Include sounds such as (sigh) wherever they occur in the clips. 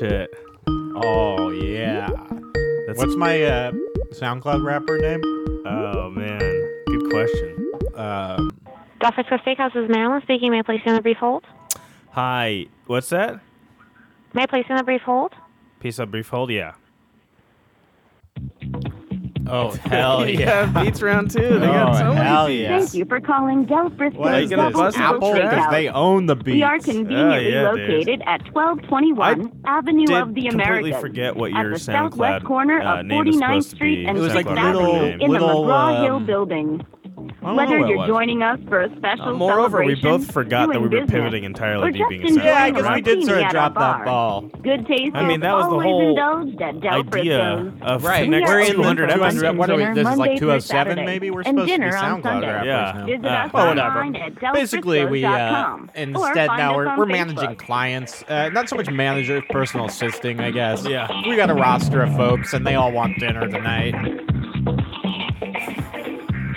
That's Oh, What's my uh, SoundCloud rapper name? oh man, good question. Um, Dolphin Square Steakhouse is Marilyn speaking. May I place you on a brief hold? Hi, what's that? May I place you on a brief hold? Piece of brief hold, yeah. oh (laughs) (laughs) hell yeah! beats round two. They oh got so many. hell yeah! Thank you for calling Del Frisco's What Like is in a Double bus this? with Apple? Apple tracks? Because Takeout. they own the beats. We are conveniently Oh, yeah, dude. located at 1221 Avenue Did of the completely Americas. forget what at your the SoundCloud southwest corner uh, of name is 49th supposed to Street be. and It was like South Avenue little- in the little, McGraw Hill um, building. I don't know Whether where it you're was. joining us for a special Uh, moreover, we celebration, both forgot that doing we were business, pivoting entirely or to just being a Yeah, enjoying Yeah, I I guess guess a we did martini sort of at a drop that bar. ball. Good taste I mean, is that was the always whole indulged at Del idea Frisco's. of Right, the next we're in the 200 first episodes. episode. What are we, this is Monday like through 207 Saturday, maybe? We're and supposed to be dinner on SoundCloud Sunday. Oh, rappers Yeah. Uh, oh, now. Visit Ah, us well, whatever. online at Basically, we uh, delfrisco's.com, or instead find now us we're, on we're Facebook. managing clients. Uh, not so much manager, personal assisting, I guess. Yeah. we got a roster of folks, and they all want dinner tonight.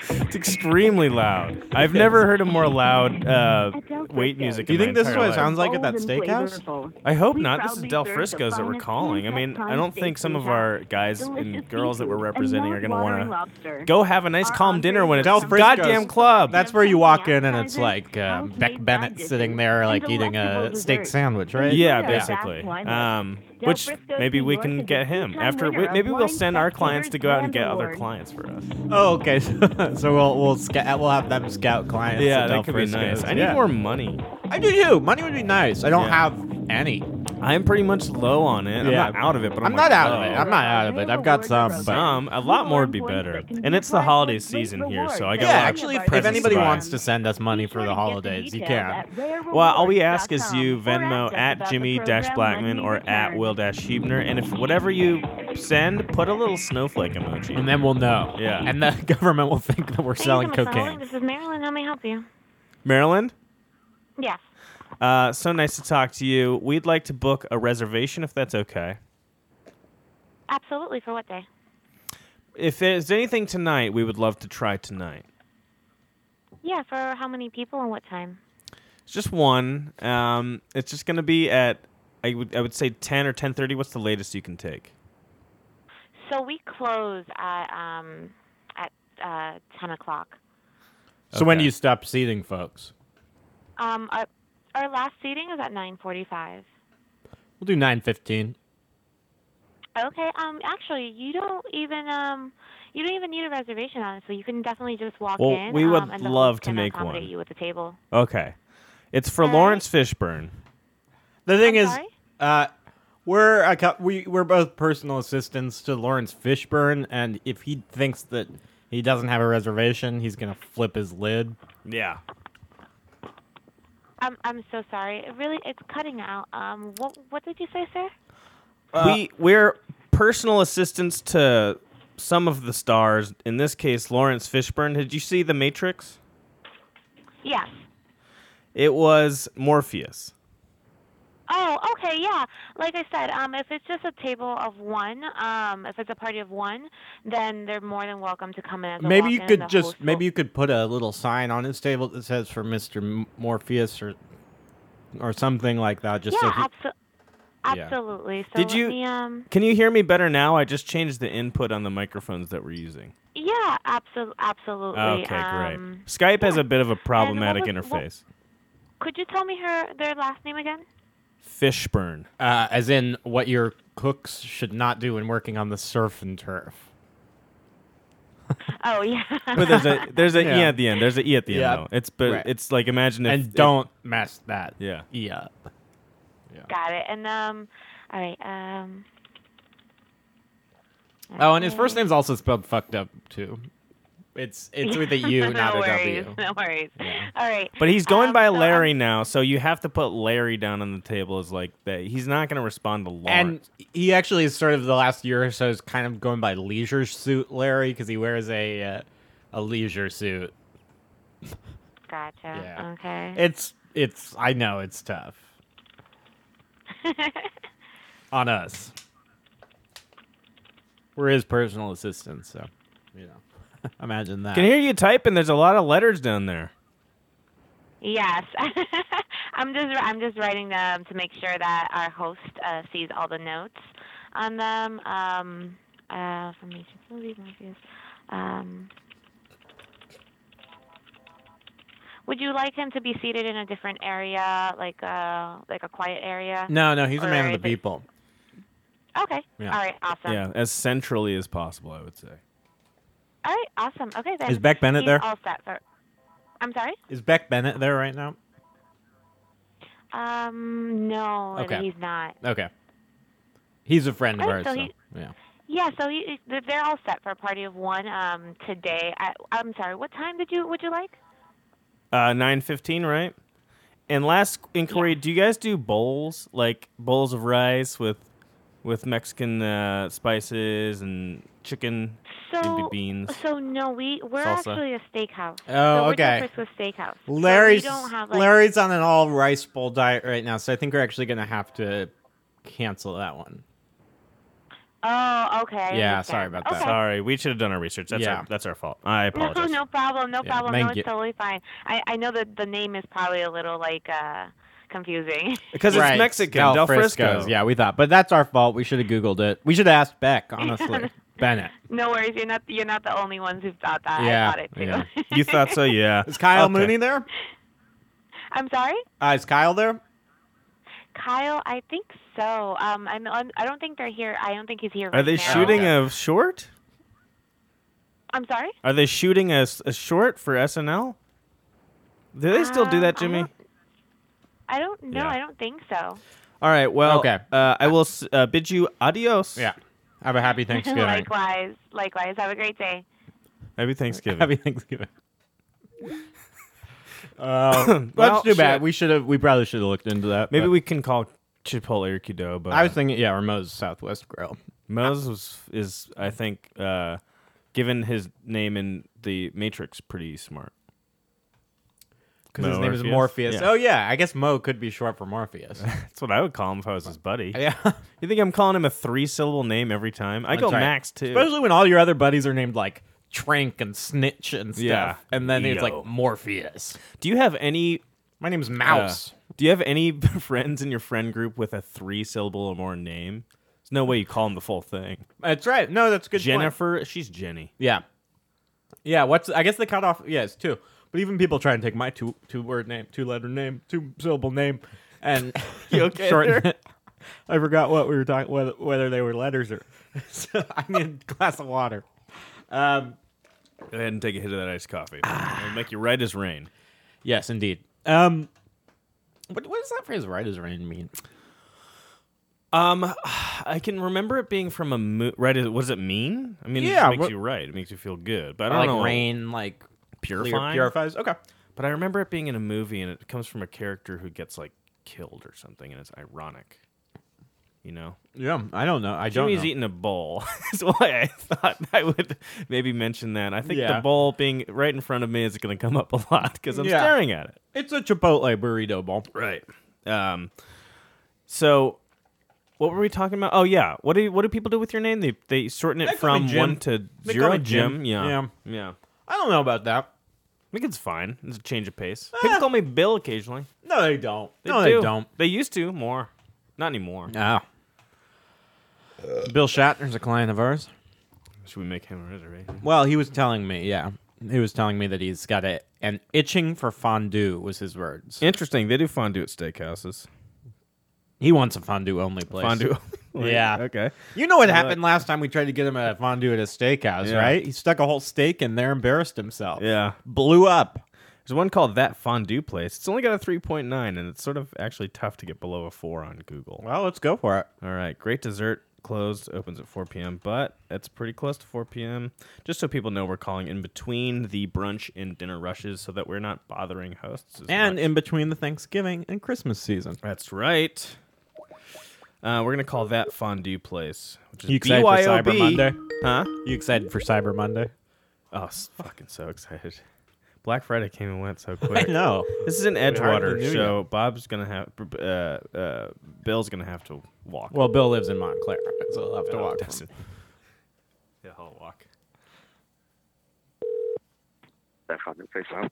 It's extremely (laughs) loud. I've never heard a more loud uh, Adele wait Frisco. music. Do you in my think this is entire what it life. sounds like at that Bold and steakhouse? flavorful. I hope We not. This is proudly Del serve the Frisco's that we're finest calling. I mean, Yucatan I don't think steaks some we of have. our guys and Delicious girls that we're seafood and representing are going to mouth-watering want lobster. to go have a nice Our calm dinner when it's a entrees Del Frisco's. goddamn club. That's where you walk in, and it's like um, Beck Bennett sitting there, like eating a steak sandwich, right? yeah, Yeah. basically. Yeah. Um, Del which Frisco's maybe we New can York get is a him two-time after. winner We, of maybe we'll Wine send our Fest clients to go out and get Grand other Award. clients for us. Oh, okay. (laughs) So, so we'll we'll scout, we'll have them scout clients. Yeah, at Del that could be Frisco's. nice. I need Yeah. more money. I do too. Money would be nice. I don't Yeah. have any. I'm pretty much low on it. Yeah. I'm not out of it, but I'm, I'm, not like, out of low. it. I'm not out of it. I've got some, but Some, a lot more would be better. And it's the holiday season here, so I got yeah, a lot of actually, if, if presents anybody to buy. wants to send us money for the holidays, you can. Well, all we ask is you Venmo at Jimmy Dash Blackman or at Will Dash Huebner, and if whatever you send, put a little snowflake emoji. And then we'll know. Yeah. And the (laughs) government will think that we're selling Thank you so much for holding. cocaine. This is Marilyn. How may I help you? Maryland, Yes. uh, so nice to talk to you. We'd like to book a reservation if that's okay. Absolutely. For what day? If there's anything tonight, we would love to try tonight. Yeah, for how many people and what time? It's just one. Um, it's just going to be at I would I would say 10 or 10:30. What's the latest you can take? So we close at um at uh, ten o'clock. So when do Okay. you stop seating folks? Um, our, our last seating is at nine forty-five. We'll do nine fifteen. Okay. Um, actually, you don't even um, you don't even need a reservation. Honestly, you can definitely just walk Well, in. we would um, and the host love to can make accommodate one. You with a table. Okay. It's for All right. Lawrence Fishburne. The thing I'm is, sorry? uh, we're a cou- we we're both personal assistants to Lawrence Fishburne, and if he thinks that he doesn't have a reservation, he's gonna flip his lid. Yeah. I'm I'm so sorry. It really, it's cutting out. Um, what what did you say, sir? we we're personal assistants to some of the stars. In this case, Lawrence Fishburne. Did you see The Matrix? Yes. It was Morpheus. Oh, okay, yeah. Like I said, um, if it's just a table of one, um, if it's a party of one, then they're more than welcome to come in. As a Maybe you walk-in, could the just host will- maybe you could put a little sign on his table that says for Mister Morpheus or or something like that. Just so yeah, he, abso- absolutely. So Did let you- me, um, Can you hear me better now? I just changed the input on the microphones that we're using. yeah, absolutely, absolutely. Okay, um, great. Skype has a bit of a problematic And what was- what- interface. Could you tell me her their last name again? Fishburne. uh, as in what your cooks should not do when working on the surf and turf. Oh (laughs) yeah. (laughs) But there's a there's a e Yeah. at the end. There's a e at the end Yeah. though. It's but Right. it's like imagine if and it- don't mess that. Yeah. E up. Got it. And um, all right. Um, Oh, and his first name's also spelled fucked up too. It's (laughs) it's with a U, not no a worries, W. No worries. All right. But he's going Um, by so I'm- Larry now, so you have to put Larry down on the table as like that. He's not going to respond to Lawrence. And he actually is sort of the last year or so is kind of going by leisure suit Larry because he wears a uh, a leisure suit. Gotcha. Yeah. Okay. It's it's I know it's tough on us. We're his personal assistants, so you know. (laughs) Imagine that. Can hear you typing. There's a lot of letters down there. (laughs) Yes, (laughs) I'm just I'm just writing them to make sure that our host uh, sees all the notes on them. Um, uh, from ancient movies, movies. Um, would you like him to be seated in a different area, like a like a quiet area? No, no, he's a man of Or the is it- people. Okay. Yeah. All right. Awesome. Yeah, as centrally as possible, I would say. All right. Awesome. Okay then. Is Beck Bennett he's there? All set for. I'm sorry. Is Beck Bennett there right now? Um, no, Okay. he's not. Okay. He's a friend of Oh, ours. so so- he- yeah. Yeah, so he, they're- they're all set for a party of one um, today. I, I'm sorry. What time did you would you like? Uh, nine fifteen, right? And last inquiry: Do you guys do bowls, like bowls of rice with with Mexican uh, spices and chicken, maybe So beans? so no, we we're Salsa. actually a steakhouse. Oh, so okay. We're Jeffress with steakhouse. So Larry's we don't have like Larry's on an all rice bowl diet right now, so I think we're actually gonna have to cancel that one. Oh, okay. I Yeah, understand. sorry about that. Okay. Sorry, we should have done our research. That's Yeah. our, that's our fault. I apologize. (laughs) No, no problem. No Yeah, problem. thank no, it's you. totally fine. I I know that the name is probably a little like uh confusing. (laughs) Because it's Right, Mexican. Del, Frisco. Frisco's, Yeah, we thought, but that's our fault. We should have googled it. We should have (laughs) asked Beck, honestly. Bennett. no worries. You're not you're not the only ones who've thought that. Yeah, I thought it too. yeah. You (laughs) thought so, (laughs) yeah. Is Kyle Okay. Mooney there? I'm sorry. Uh, is Kyle there? Kyle, I think so. Um, I'm, I'm, I don't think they're here. I don't think he's here. Are right they now. shooting Okay. a short? I'm sorry. Are they shooting a, s- a short for SNL? Do they still do Um, that, I Jimmy? don't- I don't know. Yeah. I don't think so. All right. Well, Okay. Uh, I will s- uh, bid you adios. Yeah. Have (laughs) a (laughs) happy Thanksgiving. likewise, likewise. Have a great day. Happy Thanksgiving. (laughs) happy Thanksgiving. Uh, that's too bad. shit. We should have. We probably should have looked into that. Maybe but- we can call Chipotle or Qdoba. I was thinking, yeah, or Moe's Southwest Grill. Moe's was, is, I think, uh, given his name in the Matrix, pretty smart. Because his Mo name is Morpheus? Morpheus. Yeah. Oh (laughs) yeah, I guess Mo could be short for Morpheus. That's what I would call him if I was his buddy. (laughs) yeah, You think I'm calling him a three syllable name every time? I go That's right. Max too. especially when all your other buddies are named like Trank and Snitch and stuff, Yeah. and then it's Yo. like Morpheus. do you have any? My name's uh, Mouse. do you have any (laughs) friends in your friend group with a three syllable or more name? There's no way you call them the full thing. Uh, that's right. No, that's a good. point. Jennifer, she's Jenny. Yeah, yeah. What's I guess the cutoff? Yeah, it's two. But even people try and take my two two word name, two letter name, two syllable name, and (laughs) You okay shorten there? it. I forgot what we were talking whether whether they were letters or. (laughs) so I need a glass of water. Um. Go ahead and take a hit of that iced coffee. Ah. It'll make you right as rain. Yes, indeed. Um, what, what does that phrase "right as rain" mean? Um, I can remember it being from a mo- right. What does it mean? I mean, it Yeah, just makes what- you right. It makes you feel good. But I don't Like know. rain, like clear- Purifying? purifies. Okay, But I remember it being in a movie, and it comes from a character who gets like killed or something, and it's ironic. You know, yeah, I don't know. I don't. Jimmy's know. eating a bowl. (laughs) That's why I thought I would maybe mention that. I think Yeah. the bowl being right in front of me is going to come up a (laughs) lot because I'm Yeah. staring at it. It's a Chipotle burrito bowl. Right. Um. So, what were we talking about? Oh yeah. What do you, what do people do with your name? They they shorten it They call from me Jim. one to They call zero. me Jim. Yeah. Yeah. Yeah. I don't know about that. I think it's fine. It's a change of pace. People call me Bill occasionally. No, they don't. They Eh. no, do. they don't. They used to more. Not anymore. Ah. Bill Shatner's a client of ours. Should we make him a reservation? Well, he was telling me, yeah, he was telling me that he's got a an itching for fondue was his words. Interesting. They do fondue at steakhouses. He wants a fondue Uh, only (laughs) place. Fondue. Yeah. Okay. You know what happened last time we tried to get him a fondue at a steakhouse, Yeah. right? He stuck a whole steak in there, embarrassed himself. Yeah. Blew up. There's one called That Fondue Place. It's only got a 3.9, and it's sort of actually tough to get below a 4 on Google. Well, let's go for it. All right, great dessert closed opens at 4 p.m., but it's pretty close to 4 p.m. Just so people know, we're calling in between the brunch and dinner rushes so that we're not bothering hosts. as And much. in between the Thanksgiving and Christmas season. that's right. Uh, we're gonna call that fondue place, which is You excited for BYOB. Cyber Monday? Huh? You excited for Cyber Monday? Oh, s- fucking so excited! Black Friday came and went (laughs) so quick. No. This is in hardly Edgewater, knew so Bob's gonna have uh, uh, Bill's gonna have to walk. Well, Bill lives in Montclair, so he'll have to No, (laughs) walk. that's from- it. Yeah, I'll walk. that fucking place out.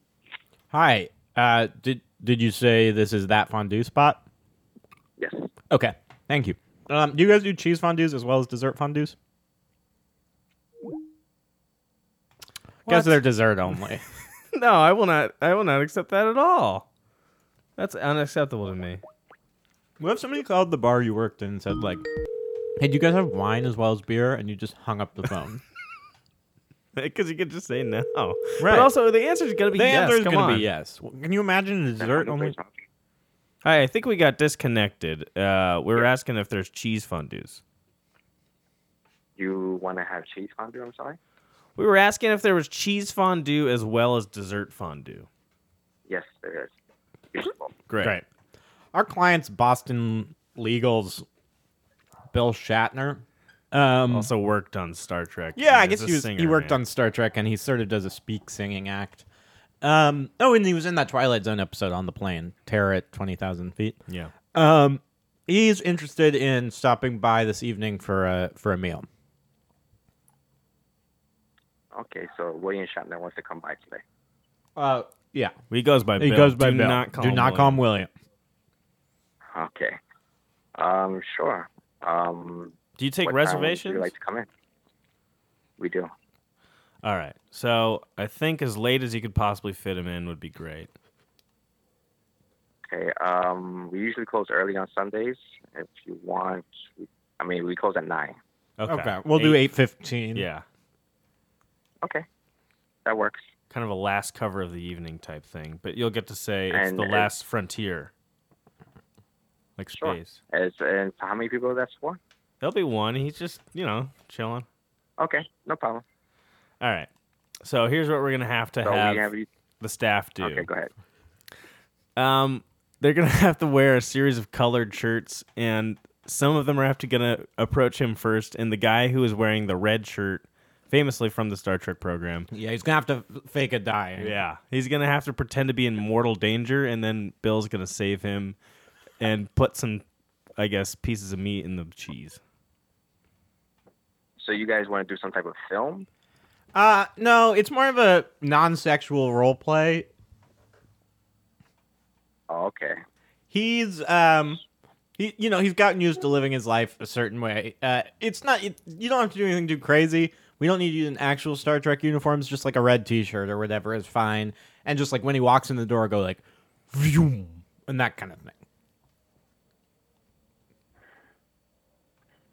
Hi. Uh, did did you say this is that fondue spot? Yes. Okay. Thank you. Um, do you guys do cheese fondues as well as dessert fondues? What? Because they're (laughs) dessert only. No, I will not. I will not accept that at all. That's unacceptable to (laughs) me. what if somebody called the bar you worked in and said, like, hey, do you guys have wine as well as beer? And you just hung up the phone. Because you could just say no. But Right. also, the answer's going to be (laughs) the yes. answer is come going to on. be yes. Well, Can you imagine a dessert only? Hi, I think we got disconnected. Uh, we were asking if there's cheese fondues. You want to have cheese fondue? I'm sorry. We were asking if there was cheese fondue as well as dessert fondue. Yes, there is. Beautiful. Great. Right. Our client's Boston Legals, Bill Shatner. Um, Also worked on Star Trek. Yeah, He's I guess a he, was, he singer, worked man. on Star Trek, and he sort of does a speak singing act. Um, oh, and he was in that Twilight Zone episode on the plane, Terror at twenty thousand feet. Yeah. Um, he's interested in stopping by this evening for a for a meal. Okay, so William Shatner wants to come by today. Uh, yeah, He goes by he Bill. goes by Do Bill. Not call Do him not William. call him William. Okay. Um, sure. Um, Do you take what time would reservations? you like to come in? We do. All right. So I think as late as you could possibly fit him in would be great. Okay. Um, we usually close early on Sundays. If you want, I mean, we close at nine. Okay. we'll do eight fifteen. Yeah. Okay, that works. Kind of a last cover of the evening type thing, but you'll get to say it's And the it- last frontier. Like Sure. space. As and for how many people that's for? There'll be one. He's just, you know, chilling. Okay, no problem. All right. So here's what we're going to have to So have, we have you. the staff do. Okay, go ahead. Um, they're gonna (laughs) have to wear a series of colored shirts, and some of them are have to gonna approach him first. And the guy who is wearing the red shirt, famously from the Star Trek program, yeah. He's gonna have to f- fake a die. yeah, he's gonna have to pretend to be in mortal danger, and then Bill's gonna save him and put some, I guess, pieces of meat in the cheese. So you guys want to do some type of film? Uh, no, it's more of a non-sexual role play. Oh, okay. he's um he you know he's gotten used to living his life a certain way uh it's not it, you don't have to do anything too crazy we don't need you in actual star trek uniforms just like a red t-shirt or whatever is fine and just like when he walks in the door go like Vroom, and that kind of thing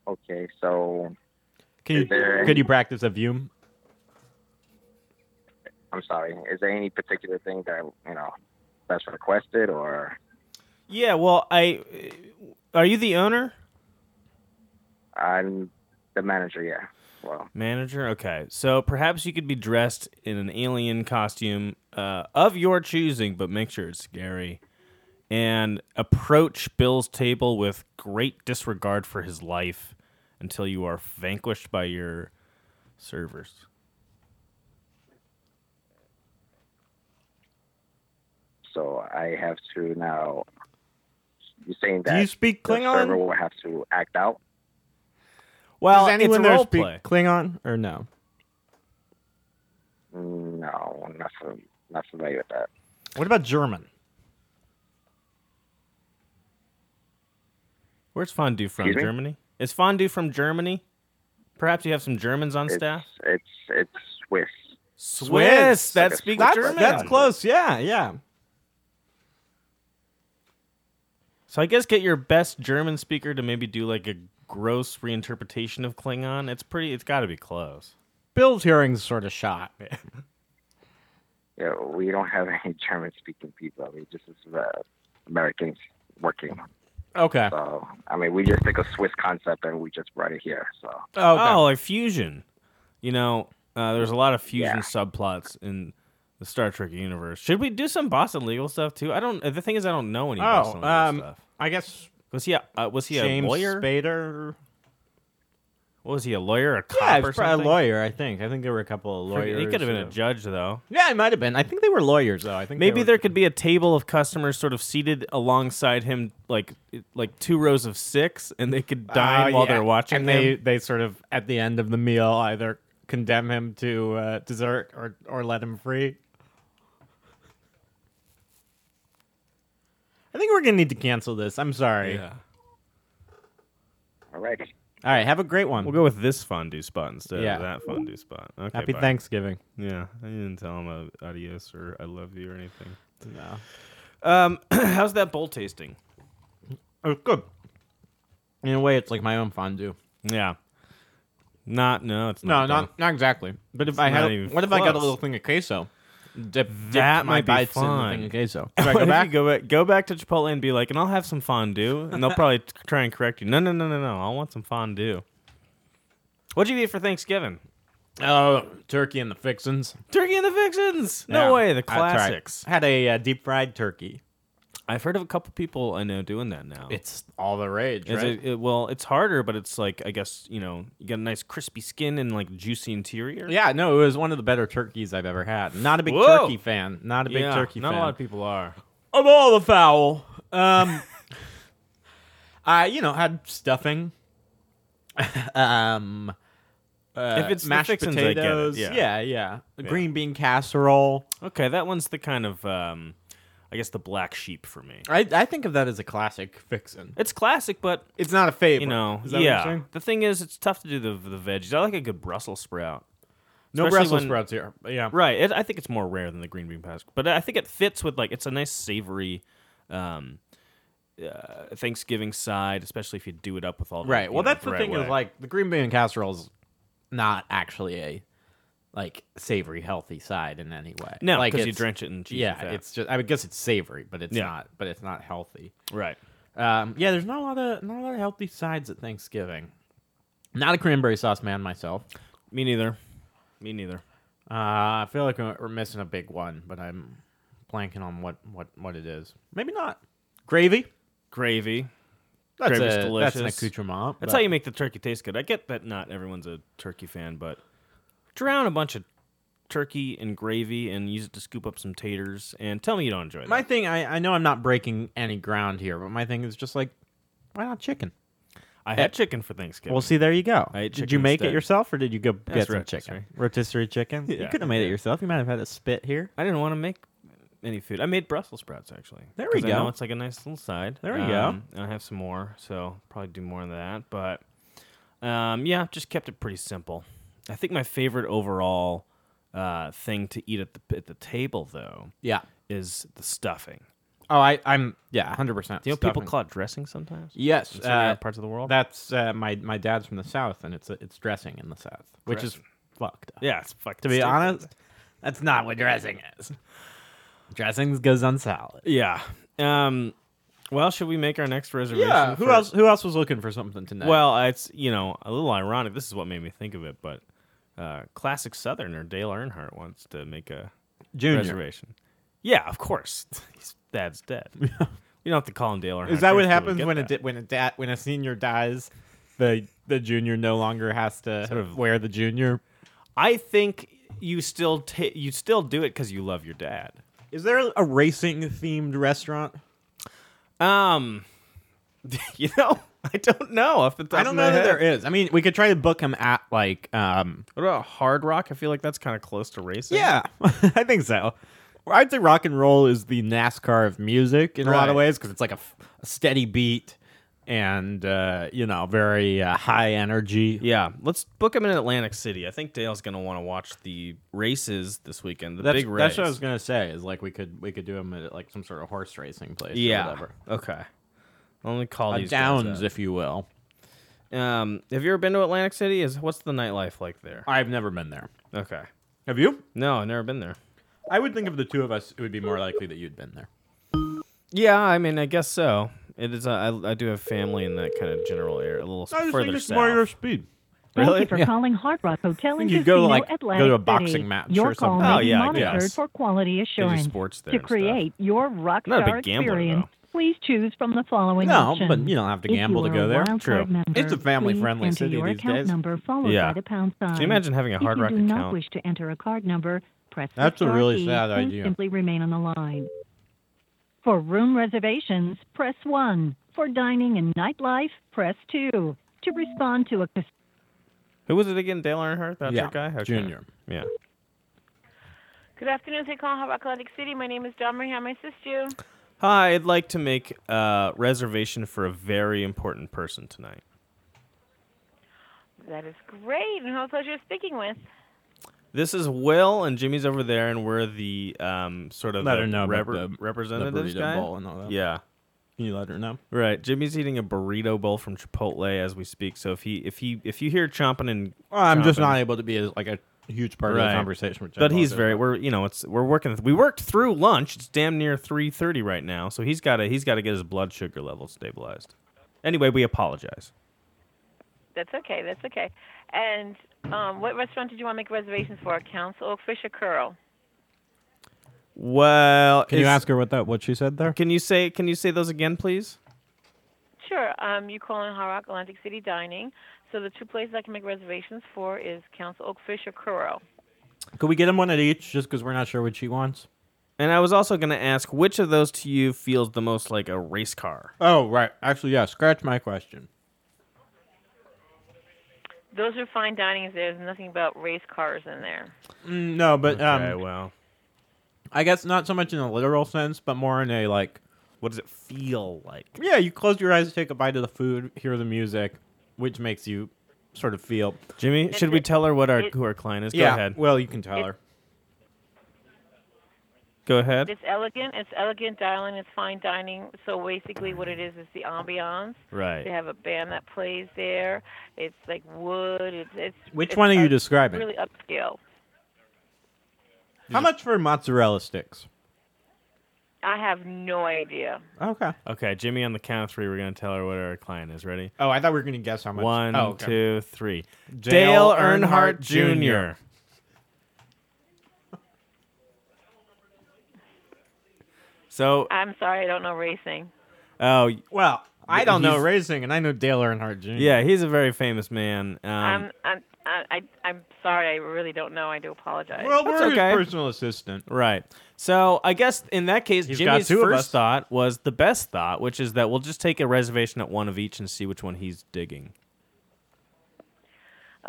Okay, so can Is there you any- could you practice a view I'm sorry. Is there any particular thing that you know that's requested, or Yeah. Well, I are you the owner? I'm the manager? Yeah. Well, Manager, okay. So perhaps you could be dressed in an alien costume uh, of your choosing, but make sure it's scary. And approach Bill's table with great disregard for his life until you are vanquished by your servers. so I have to now. You're saying do that you speak the server klingon will have to act out. Well, Does it's anyone a there role speak play. klingon or no No, I'm not fam- not familiar with that. what about german Where's fondue from? Excuse me? Germany? Is fondue from Germany? Perhaps you have some Germans on It's staff. it's it's Swiss. Swiss that Like a speak Swiss German. restaurant. that's close yeah yeah So I guess get your best German speaker to maybe do like a gross reinterpretation of Klingon. It's pretty. It's got to be close. bill's hearing's sort of shot (laughs) Oh, Yeah, we don't have (laughs) any German speaking people. I mean, just as uh, Americans working. okay okay So I mean, we just take a Swiss concept and we just brought it here. So Oh, like fusion. You know, uh, there's a lot of fusion Yeah. subplots in the Star Trek universe. Should we do some Boston legal stuff too? I don't. The thing is, I don't know any Boston oh legal um stuff. i guess Was he? A, uh, was he James a lawyer? Spader What was he a lawyer? A cop Yeah, he or was something? probably a lawyer. I think. I think there were a couple of lawyers. He could have been a who- judge though. Yeah, it might have been. I think they were lawyers, though. I think they Maybe were- there could be a table of customers sort of seated alongside him, like like two rows of six, and they could dine Uh, while yeah. they're watching. And him. they they sort of at the end of the meal either condemn him to uh, dessert or or let him free. I think we're gonna need to cancel this. I'm sorry. Yeah. alrighty, All right. Have a great one. We'll go with this fondue spot instead Yeah. of that fondue spot. Okay, Happy bye. Thanksgiving. Yeah, I didn't tell him uh, adios or I love you or anything. No. Um, (clears throat) how's that bowl tasting? It's Oh, good. In a way, it's like my own fondue. Yeah, not no, it's No, not done. not not exactly. But if I uh, not had, even what if I got a close. little thing of queso? Dip, dipped That my might be bites fun. in the thing of (laughs) queso. What If I go if back, you go back, go back to Chipotle and be like, and I'll have some fondue, and they'll probably (laughs) t- try and correct you. No, no, no, no, no. I want some fondue. What'd you eat for Thanksgiving? oh, turkey and the fixins. Turkey and the Vixens. No Yeah. way, the That's right. classics. Had a uh, deep fried turkey. I've heard of a couple people I know doing that now. It's all the rage, Oh. Is right? it, it- well, it's harder, but it's like I guess you know you got a nice crispy skin and like juicy interior. yeah, no, it was one of the better turkeys I've ever had. Not a big Whoa. turkey fan. Not a big Yeah, turkey Not fan. a lot of people are. of all the fowl. Um, (laughs) I you know had stuffing. (laughs) um, uh, If it's the mashed fixins, I get it, potatoes, yeah. yeah, A green bean casserole. Okay, that one's the kind of um, I guess the black sheep for me. I I think of that as a classic fixin. It's classic, but It's not a favorite. you know, Is that what you're yeah. saying? the thing is, it's tough to do the the veggies. I like a good Brussels sprout. no Especially Brussels when- sprouts here. but Yeah, Right. It, I think it's more rare than the green bean pasta, but I think it fits with like it's a nice savory um, uh, Thanksgiving side, especially if you do it up with all. The, right. you Well, know, that's the right thing way. is like the green bean casserole's not actually a like savory healthy side in any way. no, like because you it's- drench it in cheese. Yeah, and fat. it's just I would guess it's savory, but it's Yeah. not. But it's not healthy. right. Um, yeah, there's not a lot of not a lot of healthy sides at Thanksgiving. Not a cranberry sauce man myself. Me neither. Me neither. Uh, I feel like we're we're missing a big one, but I'm blanking on what what what it is. Maybe not gravy. Gravy. That's Gravy's a, That's delicious. an accoutrement. That's but- how you make the turkey taste good. I get that not everyone's a turkey fan, but drown a bunch of turkey and gravy and use it to scoop up some taters and tell me you don't enjoy that. My thing, I, I know I'm not breaking any ground here, but my thing is just like, why not chicken? I had chicken for Thanksgiving. Well, see, there you go. I ate Did you chicken make it instead. yourself, or did you go get some right, that's chicken? Rotisserie chicken. You could have made it yourself. You might have had a spit here. I didn't want to make any food. I made Brussels sprouts actually. There we 'Cause I know go. it's like a nice little side. There we go. Um, And I have some more, so probably do more of that. But um, yeah, just kept it pretty simple. I think my favorite overall uh, thing to eat at the at the table though Yeah. is the stuffing. Oh, I, I'm yeah, 100. percent Do you know people call it dressing sometimes? Yes, In certain uh, parts of the world. That's uh, my my dad's from the south, and it's it's dressing in the south, which is fucked. Up. yeah, it's fucked. To be honest, that's not what dressing is. Dressing goes on salad. yeah. Um, well, should we make our next reservation? Yeah. Who for- else? Who else was looking for something tonight? Well, it's you know a little ironic. This is what made me think of it, but uh, classic Southerner Dale Earnhardt wants to make a Junior. reservation. Yeah, of course. (laughs) His dad's (laughs) dead. you don't have to call him Dale Earnhardt. Is that what Jr. happens Get when a that. di- when a dad when a senior dies? The the junior no longer has to Sort of- wear the junior. I think you still ta you still do it because you love your dad. Is there a racing themed restaurant? Um, (laughs) you know, I don't know off the top. I don't of know my that head. there is. I mean, we could try to book him at like um What about Hard Rock? I feel like that's kind of close to racing. Yeah, (laughs) I think so. I'd say rock and roll is the NASCAR of music in a lot of Right. ways because it's like a, f- a steady beat and uh, you know very uh, high energy. Yeah, let's book him in Atlantic City. I think Dale's going to want to watch the races this weekend, the That's, big race. that's what I was gonna say. Is like we could we could do him at like some sort of horse racing place. or yeah. whatever. Okay. Let me call A these downs, guys up. if you will. um, have you ever been to Atlantic City? Is what's the nightlife like there? I've never been there. Okay. Have you? No, I've never been there. I would think of the two of us, it would be more likely that you'd been there. Yeah, I mean, I guess so. It is. uh, I I do have family in that kind of general area, a little further south. speed. Thank Really? you for Yeah. calling Hard Rock Hotel and You Casino go to, like, Atlantic go to a City. boxing match Your or call something. may Oh, be yeah, I monitored guess. for quality assurance. sports there to and stuff. create your rock Not a star big gambler, though. experience, please choose from the following No, options. but you don't have to If gamble to you are go a there. Wild True. Card member, It's a family-friendly please city enter your these account days. Number followed Yeah. by the pound sign. Can you imagine having a Hard if Rock you do account? not wish to enter a card number, press the That's a star really key sad and idea. Simply remain on the line. For room reservations, press one. For dining and nightlife, press two. To respond to a cas- Who was it again? Dale Earnhardt, that Yeah, other guy, Okay. Junior. Yeah. Good afternoon, thank you for calling Atlantic City. My name is Domri. How may I assist you? Hi, I'd like to make a reservation for a very important person tonight. That is great. And what was you're speaking with? This is Will and Jimmy's over there, and we're the um sort of Let the her know about the- the representatives burrito guy. bowl and all that. Yeah, Can you let her know? right. Jimmy's eating a burrito bowl from Chipotle as we speak. So if he if he if you hear chomping and I'm just chomping- not able to be as, like a huge part of Right. the conversation. Which I But he's apologize very about. we're you know it's we're working we worked through lunch. It's damn near three thirty right now, so he's got to he's got to get his blood sugar level stabilized. Anyway, we apologize. That's okay. That's okay. And um, what restaurant did you want to make reservations for? Council Oak Fish or Curl? Well, Can you is- ask her what that what she said there? Can you say can you say those again, please? Sure. Um, you call in Hard Rock Atlantic City Dining. So the two places I can make reservations for is Council Oak Fish or Curl. Could we get him one at each, just because we're not sure what she wants? And I was also going to ask which of those to you feels the most like a race car. Oh right, actually yeah. Scratch my question. Those are fine dinings. There's nothing about race cars in there. Mm, no, but okay, um, well, I guess not so much in a literal sense, but more in a like what does it feel like? yeah, you close your eyes, take a bite of the food, hear the music, which makes you sort of feel. Jimmy, should we it- tell her what our it- who our client is? yeah, Go ahead. well you can tell her. Go ahead. It's elegant. It's elegant dining. It's fine dining. So basically, what it is is the ambiance. They Right. have a band that plays there. It's like wood. It's, it's Which it's one are you up- describing? Really upscale. How much for mozzarella sticks? I have no idea. Okay. Okay, Jimmy, on the count of three, we're going to tell her what our client is. Ready? Oh, I thought we were gonna guess how much. One, oh, okay. two, three. Dale, Dale Earnhardt, Earnhardt Jr.. Jr. So, I'm sorry, I don't know racing. oh, Well, I don't know He's- racing, and I know Dale Earnhardt Jr. yeah, he's a very famous man. Um, I'm I'm I, I I'm sorry, I really don't know. I do apologize. Well, That's we're his okay. personal assistant. Right. So I guess in that case, He's got Jimmy's two of us. first thought was the best thought, which is that we'll just take a reservation at one of each and see which one he's digging.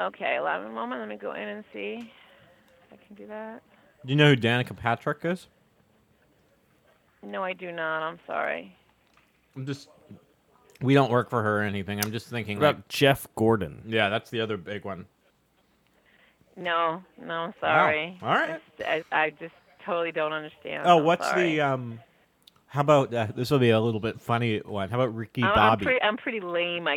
okay, allow me a moment. Let me go in and see if I can do that. Do you know who Danica Patrick is? No, I do not. I'm sorry. I'm just. We don't work for her or anything. I'm just thinking. What Like, about Jeff Gordon? yeah, that's the other big one. No, no, I'm sorry. All right. I, I just totally don't understand. Oh, I'm what's sorry. the um? How about uh, this will be a little bit funny one? How about Ricky Oh, I'm, I'm Bobby? pretty, I'm pretty lame, I (laughs)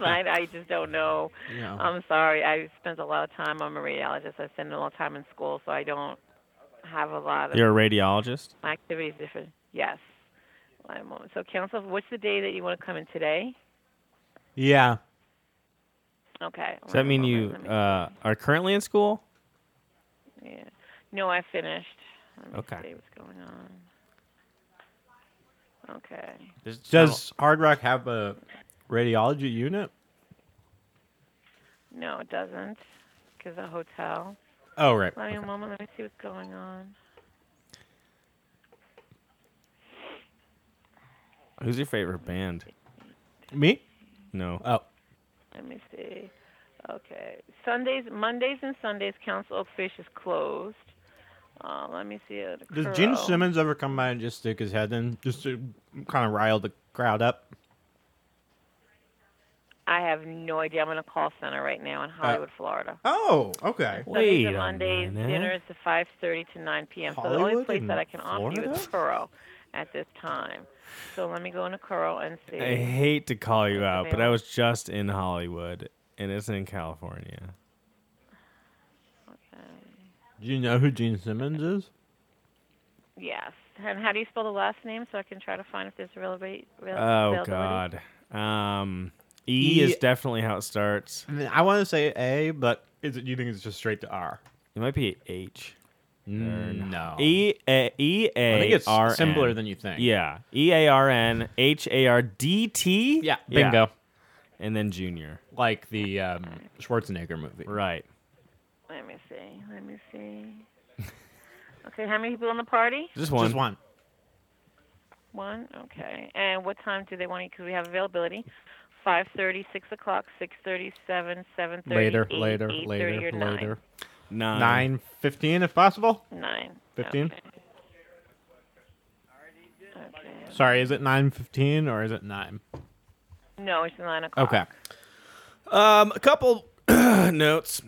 (laughs) I, I just don't know. Yeah. I'm sorry. I spent a lot of time. I'm a radiologist. I spend a lot of time in school, so I don't have a lot of You're a radiologist. my activities different. Yes. One moment. So, council, what's the day that you want to come in today? yeah. Okay. Does that one mean you moment, let me- uh, are currently in school? yeah. No, I finished. Let me Okay. See what's going on. Okay. Does Hard Rock have a radiology unit? No, it doesn't. Because a hotel. Oh right. Let me a moment. Let me see what's going on. who's your favorite band? Me? No. Oh. Let me see. Okay. Sundays, Mondays, and Sundays, Council Oak Fish is closed. Uh, let me see. uh, the Does Gene Curl. Simmons ever come by and just stick his head in, just to kind of rile the crowd up? I have no idea. I'm in a call center right now Uh, in Hollywood, Florida. Oh, okay. Sundays Wait and a Mondays, minute. dinners to 5:30 to 9 p.m. so the only Hollywood place in that I can offer you is Curl at this time. So let me go into Curl and see. I hate to call you out, but I was just in Hollywood, and it's in California. Do you know who Gene Simmons is? Yes. And how do you spell the last name so I can try to find if there's a relevate? rel- Oh availability? God. Um, e, E- is definitely how it starts. I, mean, I want to say A, but is it? You think it's just straight to R? It might be H. no. E A E A I think it's R N. simpler than you think. Yeah. E A R N H A R D T. Yeah. Bingo. And then junior. Like the um, Schwarzenegger movie. Right. Let me see. Let me see. (laughs) Okay, how many people in the party? Just one. Just one. One. Okay. And what time do they want you? Because we have availability. 5.30, 6 o'clock, 6.30, 7, 7.30, Later, 8, later, 8:30, later, or 9. later. Nine. Nine fifteen, if possible. 9. 15? Okay. Okay. Sorry, is it nine fifteen or is it nine? No, it's 9 o'clock. Okay. Um, a couple (clears throat) notes.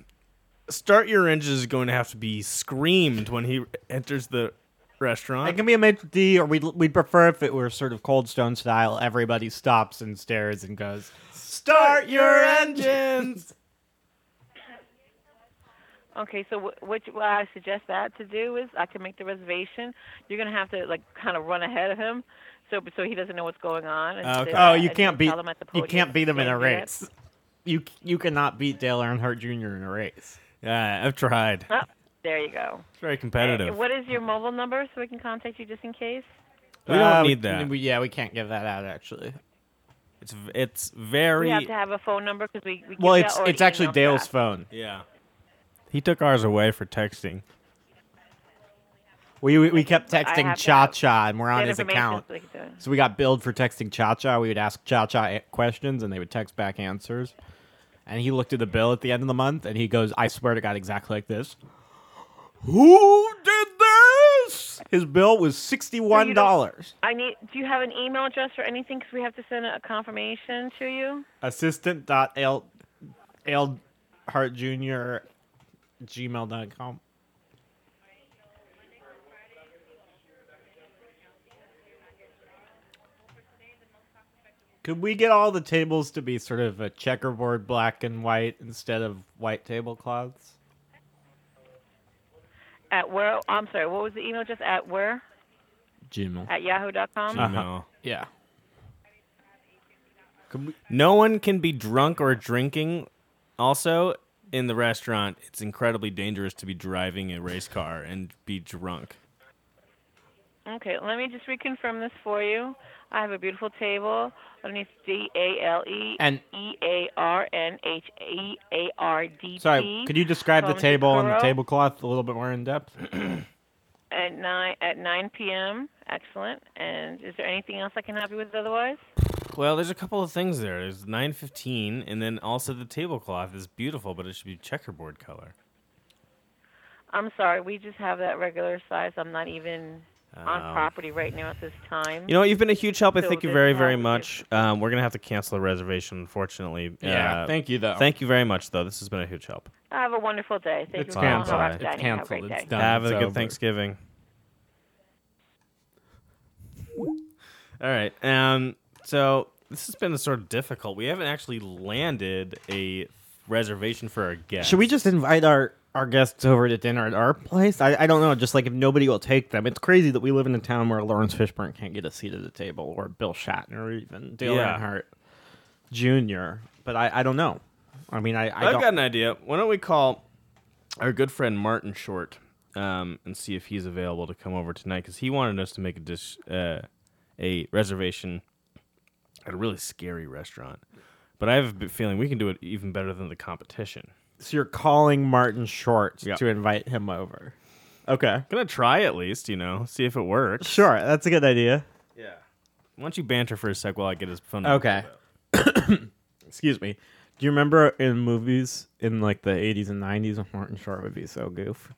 Start your engines is going to have to be screamed when he enters the It restaurant. can be a maitre d', or we'd, we'd prefer if it were sort of Cold Stone style. Everybody stops and stares and goes, "Start your engine." engines. Okay, so wh- what, you- what I suggest that to do is I can make the reservation. You're gonna have to like kind of run ahead of him, so so he doesn't know what's going on. And Okay. sit- Oh, you and can't beat tell him at the you podium. can't beat them in a Can't do that. race. You you cannot beat Dale Earnhardt Jr. in a race. (laughs) Yeah, I've tried. Oh, there you go. It's very Uh, competitive. What is your mobile number so we can contact you just in case? We don't Uh, need that. we- yeah, we can't give that out actually. It's it's We very have to have a phone number because we, we give Well, that it's or it's an actually email Dale's back. phone. yeah. He took ours away for texting. We we, we kept I texting have to Cha have Cha, and we're on That his information account. So we can do it. So we got billed for texting Cha Cha. We would ask Cha Cha questions, and they would text back answers. And he looked at the bill at the end of the month, and he goes, "I swear to God, exactly like this." Who did this? His bill was sixty-one dollars. I need. Do you have an email address or anything? Because we have to send a confirmation to you. Assistant dot l l hart jr gmail dot com. Could we get all the tables to be sort of a checkerboard black and white instead of white tablecloths? At where? I'm sorry. What was the email address? At where? Gmail. At yahoo.com. Uh-huh. No. Yeah. No one can be drunk or drinking. Also, in the restaurant, it's incredibly dangerous to be driving a race car and be drunk. Okay, let me just reconfirm this for you. I have a beautiful table underneath D A L E And- E A R N H E A R D T. Sorry, could you describe the Thomas table and the Sakura. tablecloth a little bit more in depth? at nine at nine p.m. Excellent. And is there anything else I can help you with otherwise? Well, there's a couple of things there. There's 9:15 and then also the tablecloth is beautiful, but it should be checkerboard color. I'm sorry, we just have that regular size. I'm not even Oh. on property right now at this time. You know, what? you've been a huge help. I So thank you this very, very has- much. Um, we're gonna have to cancel the reservation, unfortunately. Uh, Yeah, thank you, though. Thank you very much, though. This has been a huge help. have a wonderful day. Thank It's you for calling canceled. Rock It's Dining. Have a canceled. great It's day. done. Have a It's good over. Thanksgiving. All right. Um. So this has been sort of difficult. We haven't actually landed a reservation for our guest. Should we just invite our our guests over to dinner at our place? I, I don't know. Just like if nobody will take them, it's crazy that we live in a town where Lawrence Fishburne can't get a seat at the table, or Bill Shatner, or even Dale Yeah. Earnhardt Jr. But I, I don't know. I mean, I, I I've don't. got an idea. Why don't we call our good friend Martin Short um, and see if he's available to come over tonight? Because he wanted us to make a dish, uh, a reservation at a really scary restaurant. But I have a b- feeling we can do it even better than the competition. so you're calling Martin Short Yeah. to invite him over? Okay, Gonna try at least, you know, see if it works. sure. That's a good idea. Yeah. Why don't you banter for a sec while I get his phone? number. Okay. Excuse me. Do you remember in movies in like the 80s and 90s when Martin Short would be so goof?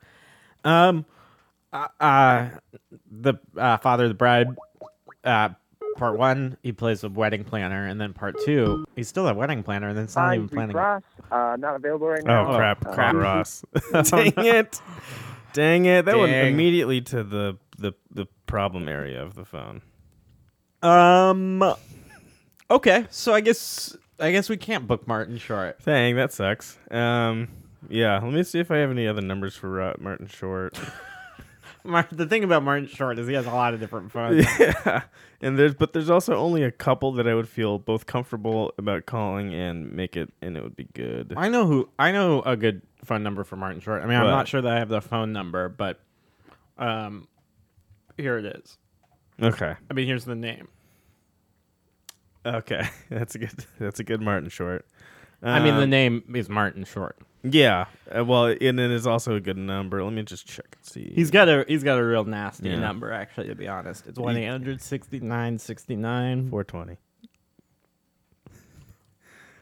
Um uh, uh the uh, father of the bride uh part 1 he plays a wedding planner and then part 2 he's still a wedding planner and then it's not Hi, even Reed planning. Ross. Uh, not available right Oh, now. crap, Uh, crap, Ross. (laughs) Dang it. (laughs) Dang it. That went Dang. immediately to the, the, the problem area of the phone. Um okay, so I guess I guess we can't book Martin Short. (laughs) Dang, that sucks. Um, yeah, let me see if I have any other numbers for uh, Martin Short. Mar- the thing about Martin Short is he has a lot of different phones. (laughs) yeah, and there's but there's also only a couple that I would feel both comfortable about calling and make it, and it would be good. I know who I know a good phone number for Martin Short. I mean, I'm What? not sure that I have the phone number, but um, here it is. Okay, I mean, here's the name. okay, (laughs) that's a good that's a good Martin Short. I mean, the Um, name is Martin Short. yeah, uh, well, and it is also a good number. Let me just check and see. He's got a he's got a real nasty Yeah. number, actually. To be honest, it's one eight hundred sixty nine sixty nine. 420.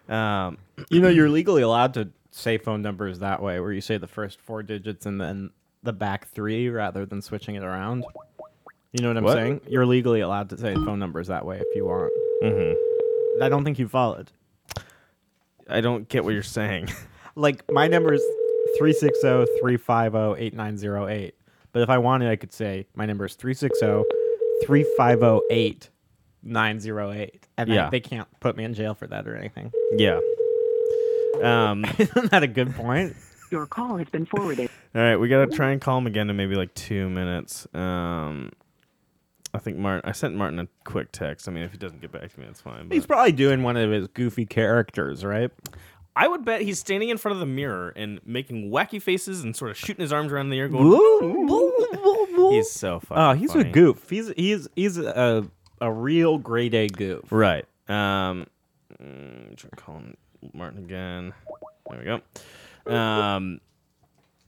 Um, You know, you're legally allowed to say phone numbers that way, where you say the first four digits and then the back three, rather than switching it around. You know what I'm What? saying? You're legally allowed to say phone numbers that way if you want. mhm. Mm-hmm. I don't think you followed. I don't get what you're saying. (laughs) like my number is oh, 360-350-8908. But if I wanted, I could say my number is oh, 360-350-8908. And Yeah. yeah. they can't put me in jail for that or anything. (laughs) Yeah. Um. all Isn't that a good point? Your call has been forwarded. right, we gotta try and call him again in maybe like two minutes. Um. I think Martin. I sent Martin a quick text. I mean, if he doesn't get back to me, that's fine. He's But probably doing one of his goofy characters, right? I would bet he's standing in front of the mirror and making wacky faces and sort of shooting his arms around in the air, going. He's so fucking. Oh, he's funny. a goof. He's he's he's a a real grade A goof. Right. Um, mm, try calling Martin again. There we go. Um,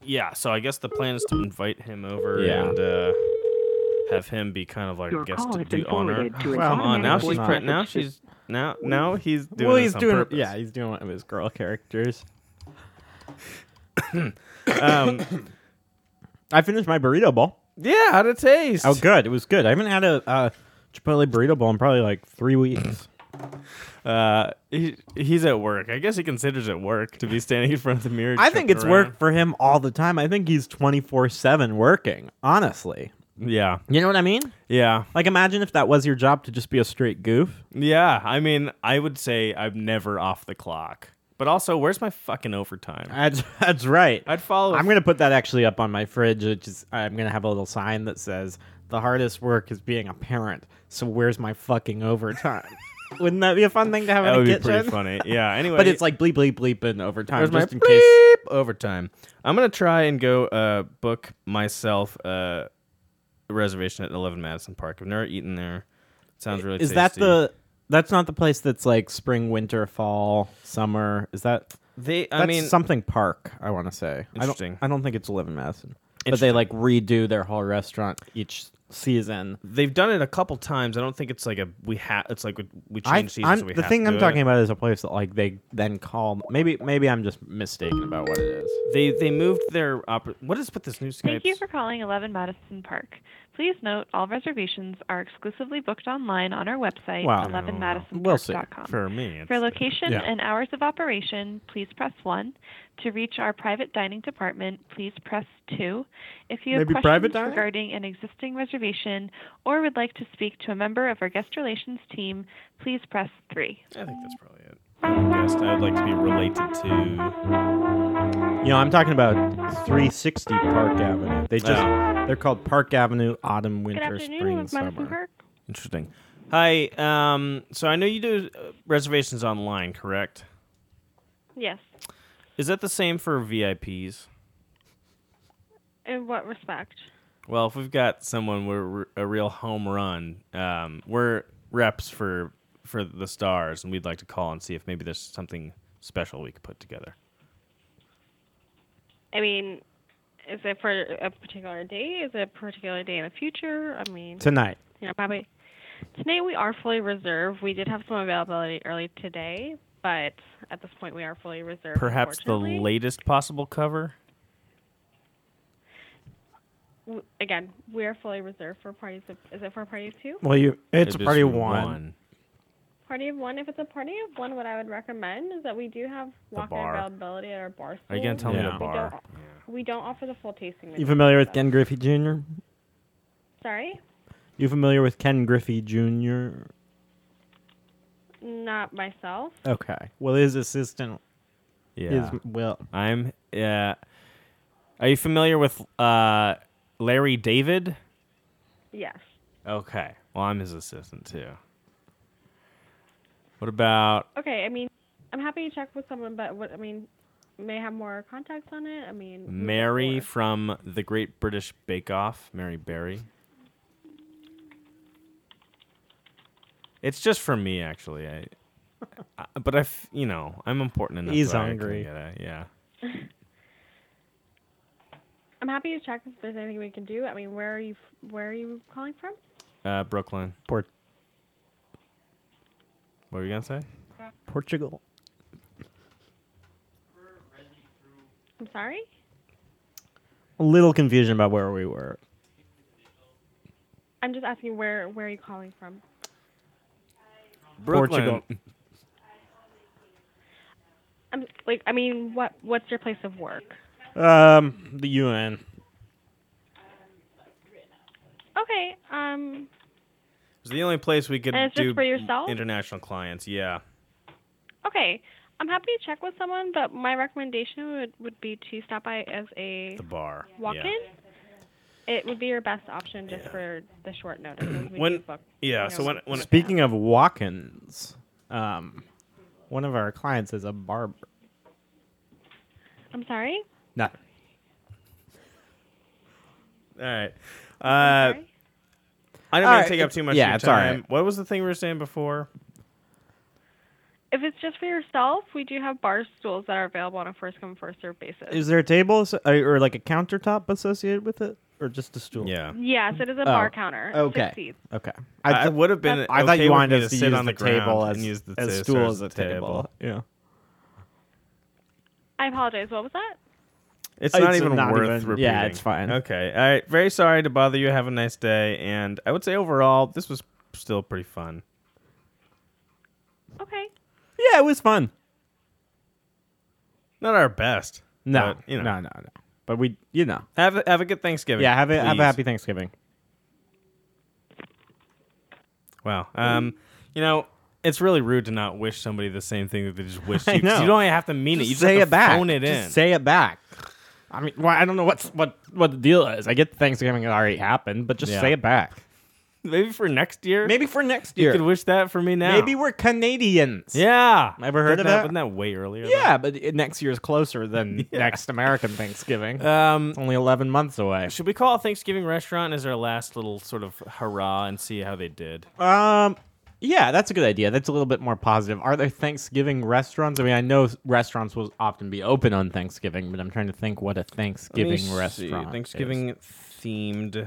yeah. So I guess the plan is to invite him over Yeah. and uh, have him be kind of like Your guest call has do been honor. forwarded to an (laughs) Well, Come on, now automatic she's voice pre- now message she's now now he's doing. well, this he's on doing purpose. yeah, he's doing one of his (coughs) girl characters. Um, I finished my burrito bowl. yeah. How to taste? Oh, good. It was good. I haven't had a uh, Chipotle burrito bowl in probably like three weeks. Uh, he, he's at work. I guess he considers it work to be standing in front of the mirror. I think tripping it's around. work for him all the time. I think he's twenty four seven working. Honestly, Yeah. you know what I mean? Yeah. Like, imagine if that was your job to just be a straight goof. Yeah, I mean, I would say I'm never off the clock. But also, where's my fucking overtime? That's (laughs) that's right. I'd follow. I'm gonna put that actually up on my fridge. Which is, I'm gonna have a little sign that says, "The hardest work is being a parent." So where's my (laughs) fucking overtime? Wouldn't that be a fun thing to (laughs) have that in would a be kitchen? pretty (laughs) funny. Yeah. Anyway, But it's like bleep bleep bleep and overtime where's my just in case. bleep overtime. I'm gonna try and go uh, book myself uh, a reservation at 11 Madison Park. I've never eaten there. sounds really. Is that tasty. the? That's not the place that's like spring, winter, fall, summer. Is that? They. I That's mean, something park. I want to say. Interesting. I don't, I don't think it's eleven Madison, but they like redo their whole restaurant each season. they've done it a couple times. I don't think it's like a we have. It's like we, we I, change seasons. I'm, so we the have thing to I'm do talking it. about is a place that like they then call. Maybe maybe I'm just mistaken about what it is. They they moved their. Oper- what is with this new Skype? Thank you for calling 11 Madison Park. Please note all reservations are exclusively booked online on our website, Wow. 11madisonpark.com. We'll see. for me. For it's- location Yeah. and hours of operation, please press 1. To reach our private dining department, please press 2. If you have Maybe private questions dining? regarding an existing reservation or would like to speak to a member of our guest relations team, please press 3. I think that's probably it. I guess I'd like to be related to. You know, I'm talking about 360 Park Avenue. They just they're called Park Avenue Autumn Good Winter afternoon, Spring with Madison Summer. Park. Interesting. Hi. Um. So I know you do uh, reservations online, correct? Yes. Is that the same for VIPs? In what respect? Well, if we've got someone we're a real home run, um, we're reps for for the stars, and we'd like to call and see if maybe there's something special we could put together. I mean, is it for a particular day? Is it a particular day in the future? I mean, Tonight. you know, probably. Today we are fully reserved. We did have some availability early today, but at this point we are fully reserved. Perhaps the unfortunately. latest possible cover. W- Again, we are fully reserved for parties. Of, is it for a party of two? Well, you it's It is party for one. Party of one. If it's a party of one, what I would recommend is that we do have The walk-in bar. availability at our bar. Are you gonna stool. tell me Yeah. the We bar? We don't offer the full tasting menu. You familiar with Ken Griffey Jr.? Sorry, You familiar with Ken Griffey Jr.? not myself. Okay. Well, his assistant Yeah. is Will. I'm. Uh, are you familiar with uh, Larry David? Yes. Okay. Well, I'm his assistant too. What about? Okay, I mean, I'm happy to check with someone, but what I mean, may I have more contacts on it. I mean, who's it Mary for? from the Great British Bake Off, Mary Berry. It's just for me, actually. I, I but I, f- you know, I'm important enough. He's that I can hungry. get it, yeah. I'm happy to check if there's anything we can do. I mean, where are you? f- Where are you calling from? Uh, Brooklyn. Port- What were you gonna say? Portugal. I'm sorry. A little confusion about where we were. I'm just asking where where are you calling from? Brooklyn. Portugal. I'm like, I mean, what what's your place of work? Um, the UN. Okay. Um. It's the only place we could And it's just do for yourself? international clients. Yeah. Okay. I'm happy to check with someone, but my recommendation would, would be to stop by as a The bar. walk in. Yeah. It would be your best option just for the short notice. when we When- do book, Yeah. you So know, when when Speaking of walk-ins, um, one of our clients is a barber. I'm sorry. No, all right. Uh, I'm sorry? I didn't All mean right, to take up too much yeah, of your it's all time. right. What was the thing we were saying before? If it's just for yourself, we do have bar stools that are available on a first come first serve basis. is there a table asso- uh, or like a countertop associated with it, or just a stool? Yeah. yes, it is a bar Oh, counter. okay. Six seats. Okay. I, th- would have been. I thought okay with you wanted me us to to sit use on the, the, table ground as, and use the as scissors stool as as a table. table. Yeah. I apologize. What was that? It's, It's not even not worth even- repeating. yeah, it's fine. Okay. All right. Very sorry to bother you. Have a nice day. And I would say overall, this was still pretty fun. Okay. Yeah, it was fun. Not our best. No, but, you know. no, no, no. But we, you know, Have a, have a good Thanksgiving. yeah. Have a have a please. happy Thanksgiving. Wow. Um, you know, it's really rude to not wish somebody the same thing that they just wished (laughs) I you. 'cause know. You don't have to mean it. Just You just say have to it back. phone it Just in. say it back. I mean, well, I don't know what's what what the deal is. I get Thanksgiving already happened, but just Yeah. say it back. Maybe for next year. Maybe for next you year. could wish that for me now. Maybe we're Canadians. Yeah. Ever heard Doesn't of that? Wasn't that way earlier? Yeah, but it- next year's closer (laughs) than next American Thanksgiving. though? Um, it's Uh, only 11 months away. should we call a Thanksgiving restaurant as our last little sort of hurrah and see how they did? Um, yeah, that's a good idea. That's a little bit more positive. Are there Thanksgiving restaurants? I mean, I know restaurants will often be open on Thanksgiving, but I'm trying to think what a Thanksgiving restaurant. is. Thanksgiving themed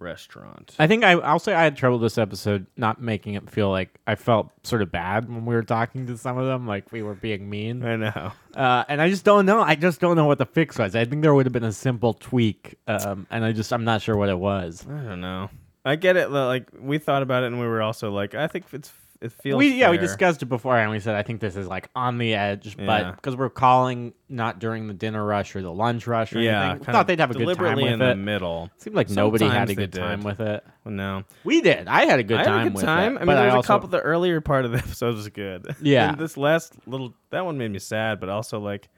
restaurant. I think I, I'll say I had trouble this episode not making it feel like I felt sort of bad when we were talking to some of them, like we were being mean. I know. Uh, and I just don't know. I just don't know what the fix was. I think there would have been a simple tweak, um, and I just I'm not sure what it was. I don't know. I get it. though, Like we thought about it, and we were also like, I think it's it feels. we yeah we fair. discussed it before, and we said I think this is like on the edge, Yeah. but because we're calling not during the dinner rush or the lunch rush or Yeah, anything, we kind thought of they'd have a good time deliberately with in it. the middle. Seemed like nobody had Sometimes a they good time did. with it. No, We did. I had a good I time had a good with time. it, I mean, but there's also- a couple. The earlier part of the (laughs) episode was good. Yeah. And this last little that one made me sad, but also like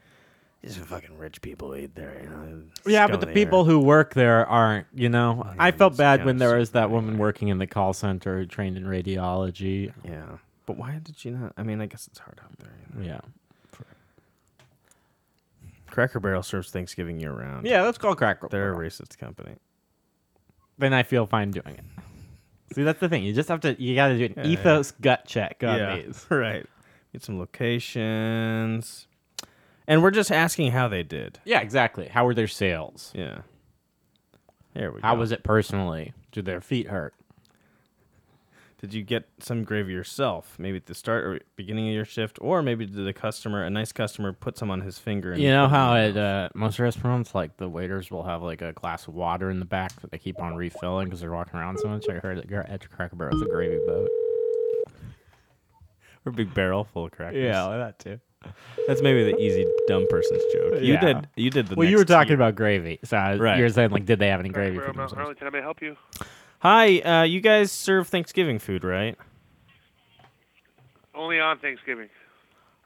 these are fucking rich people eat there. You know? Yeah, but the people who work there aren't, you know. I felt it's bad kinda when there was that stupid woman working in the call center who trained in radiology. Yeah, but why did you not? I mean, I guess it's hard out there. You know? Yeah. Cracker Barrel serves Thanksgiving year round. Yeah, let's call Cracker. they're a racist company. Then I feel fine doing it. See, that's the thing. You just have to, you got to do an yeah. ethos gut check on these. (laughs) right. Get some locations, and we're just asking how they did. Yeah, exactly. How were their sales? Yeah. There we How go. was it personally? Did their feet hurt? Did you get some gravy yourself? Maybe at the start or beginning of your shift, or maybe did the customer, a nice customer, put some on his finger? And You know how at uh, most restaurants, like the waiters will have like a glass of water in the back that they keep on refilling because they're walking around so much. I heard that at Cracker Barrel it's a gravy boat. or a big barrel full of crackers. that too. that's maybe the easy dumb person's joke. You Yeah. did, you did the. Well, you were next talking tier. about gravy, so I- Right. you were saying like, did they have any gravy? for Cracker Barrel, Mount themselves? Arlington, I may help you. Hi, uh, you guys serve Thanksgiving food, right? Only on Thanksgiving.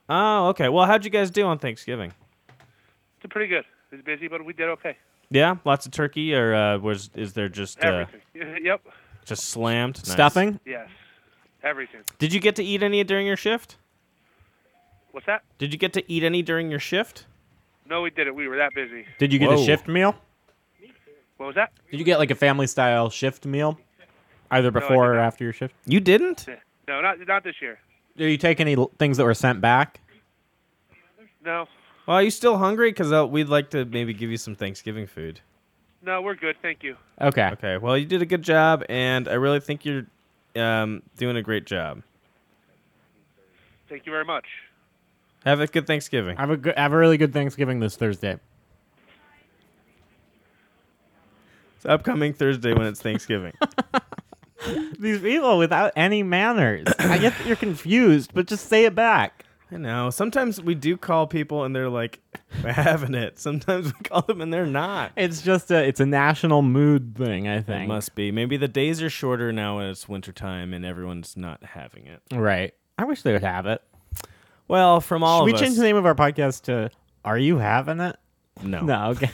Oh, okay. Well, how'd you guys do on Thanksgiving? It's pretty good. It's busy, but we did okay. Yeah, lots of turkey, or uh, was is there just uh, Everything. (laughs) yep. just slammed Nice. Stuffing? Yes. Everything. Did you get to eat any during your shift? What's that? Did you get to eat any during your shift? No, we did it. We were that busy. Did you get a Whoa. shift meal? What was that? Did you get like a family style shift meal, either I before did or not. after your shift? You didn't. No, not not this year. Did you take any l- things that were sent back? No. Well, are you still hungry? Because uh, we'd like to maybe give you some Thanksgiving food. No, we're good. Thank you. Okay. Okay. Well, you did a good job, and I really think you're um, doing a great job. Thank you very much. Have a good Thanksgiving. Have a good, have a really good Thanksgiving this Thursday. It's upcoming Thursday when it's (laughs) Thanksgiving. These people without any manners. I get that you're confused, but just say it back. I know. Sometimes we do call people and they're like "We're having it. Sometimes we call them and they're not. It's just a it's a national mood thing, I It think. must be. Maybe the days are shorter now and it's wintertime and everyone's not having it. Right. I wish they would have it. Well, from all Should we of change us, the name of our podcast to Are You Having It? no, No, okay.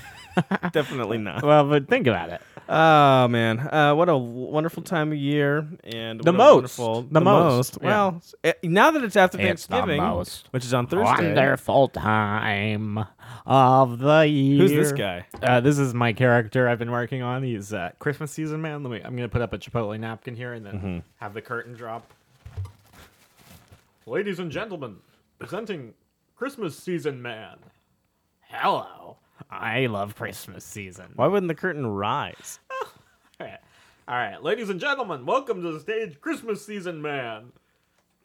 definitely not. (laughs) well, but think about it. Oh man, uh, what a w- wonderful time of year and The what a most. wonderful, The most, yeah. Well, eh, now that it's after It's the Thanksgiving, most which is on Thursday. Wonderful time of the year. Who's this guy? Uh, this is my character I've been working on. He's uh, Christmas season man. Let me. I'm gonna put up a Chipotle napkin here and then have the curtain drop. Ladies and gentlemen, presenting Christmas season man. Hello, I love Christmas season. Why wouldn't the curtain rise? All right. All right, ladies and gentlemen, welcome to the stage, Christmas season man.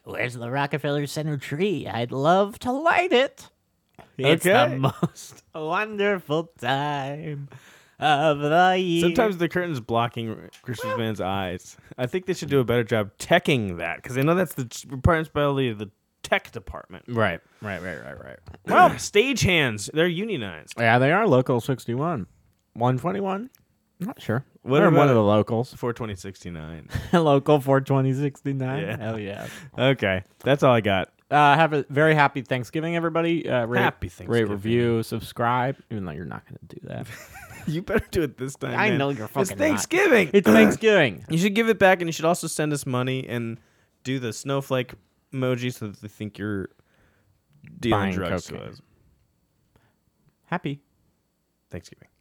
Where's the Rockefeller Center tree? I'd love to light it. (laughs) It's Okay. the (laughs) most wonderful time of the year. Sometimes the curtain's blocking Christmas man's eyes. I think they should do a better job teching that because I know that's the ch- responsibility of the tech department. (laughs) Right, right, right, right, right. Well, stagehands, they're unionized. Yeah, they are local 61. 121? Not sure. What They're one about- of the locals. Four twenty sixty nine. (laughs) local 42069. Yeah. Hell yeah. Okay, that's all I got. Uh, have a very happy Thanksgiving, everybody. Uh, rate, Happy Thanksgiving. Rate, review, subscribe, even though you're not going to do (laughs) that. You better do it this time. I man. know you're It's fucking not. Thanksgiving. it's Thanksgiving. You should give it back, and you should also send us money and do the snowflake emoji so that they think you're dealing Buying drugs. uh, cocaine. So it's Happy. Thanksgiving.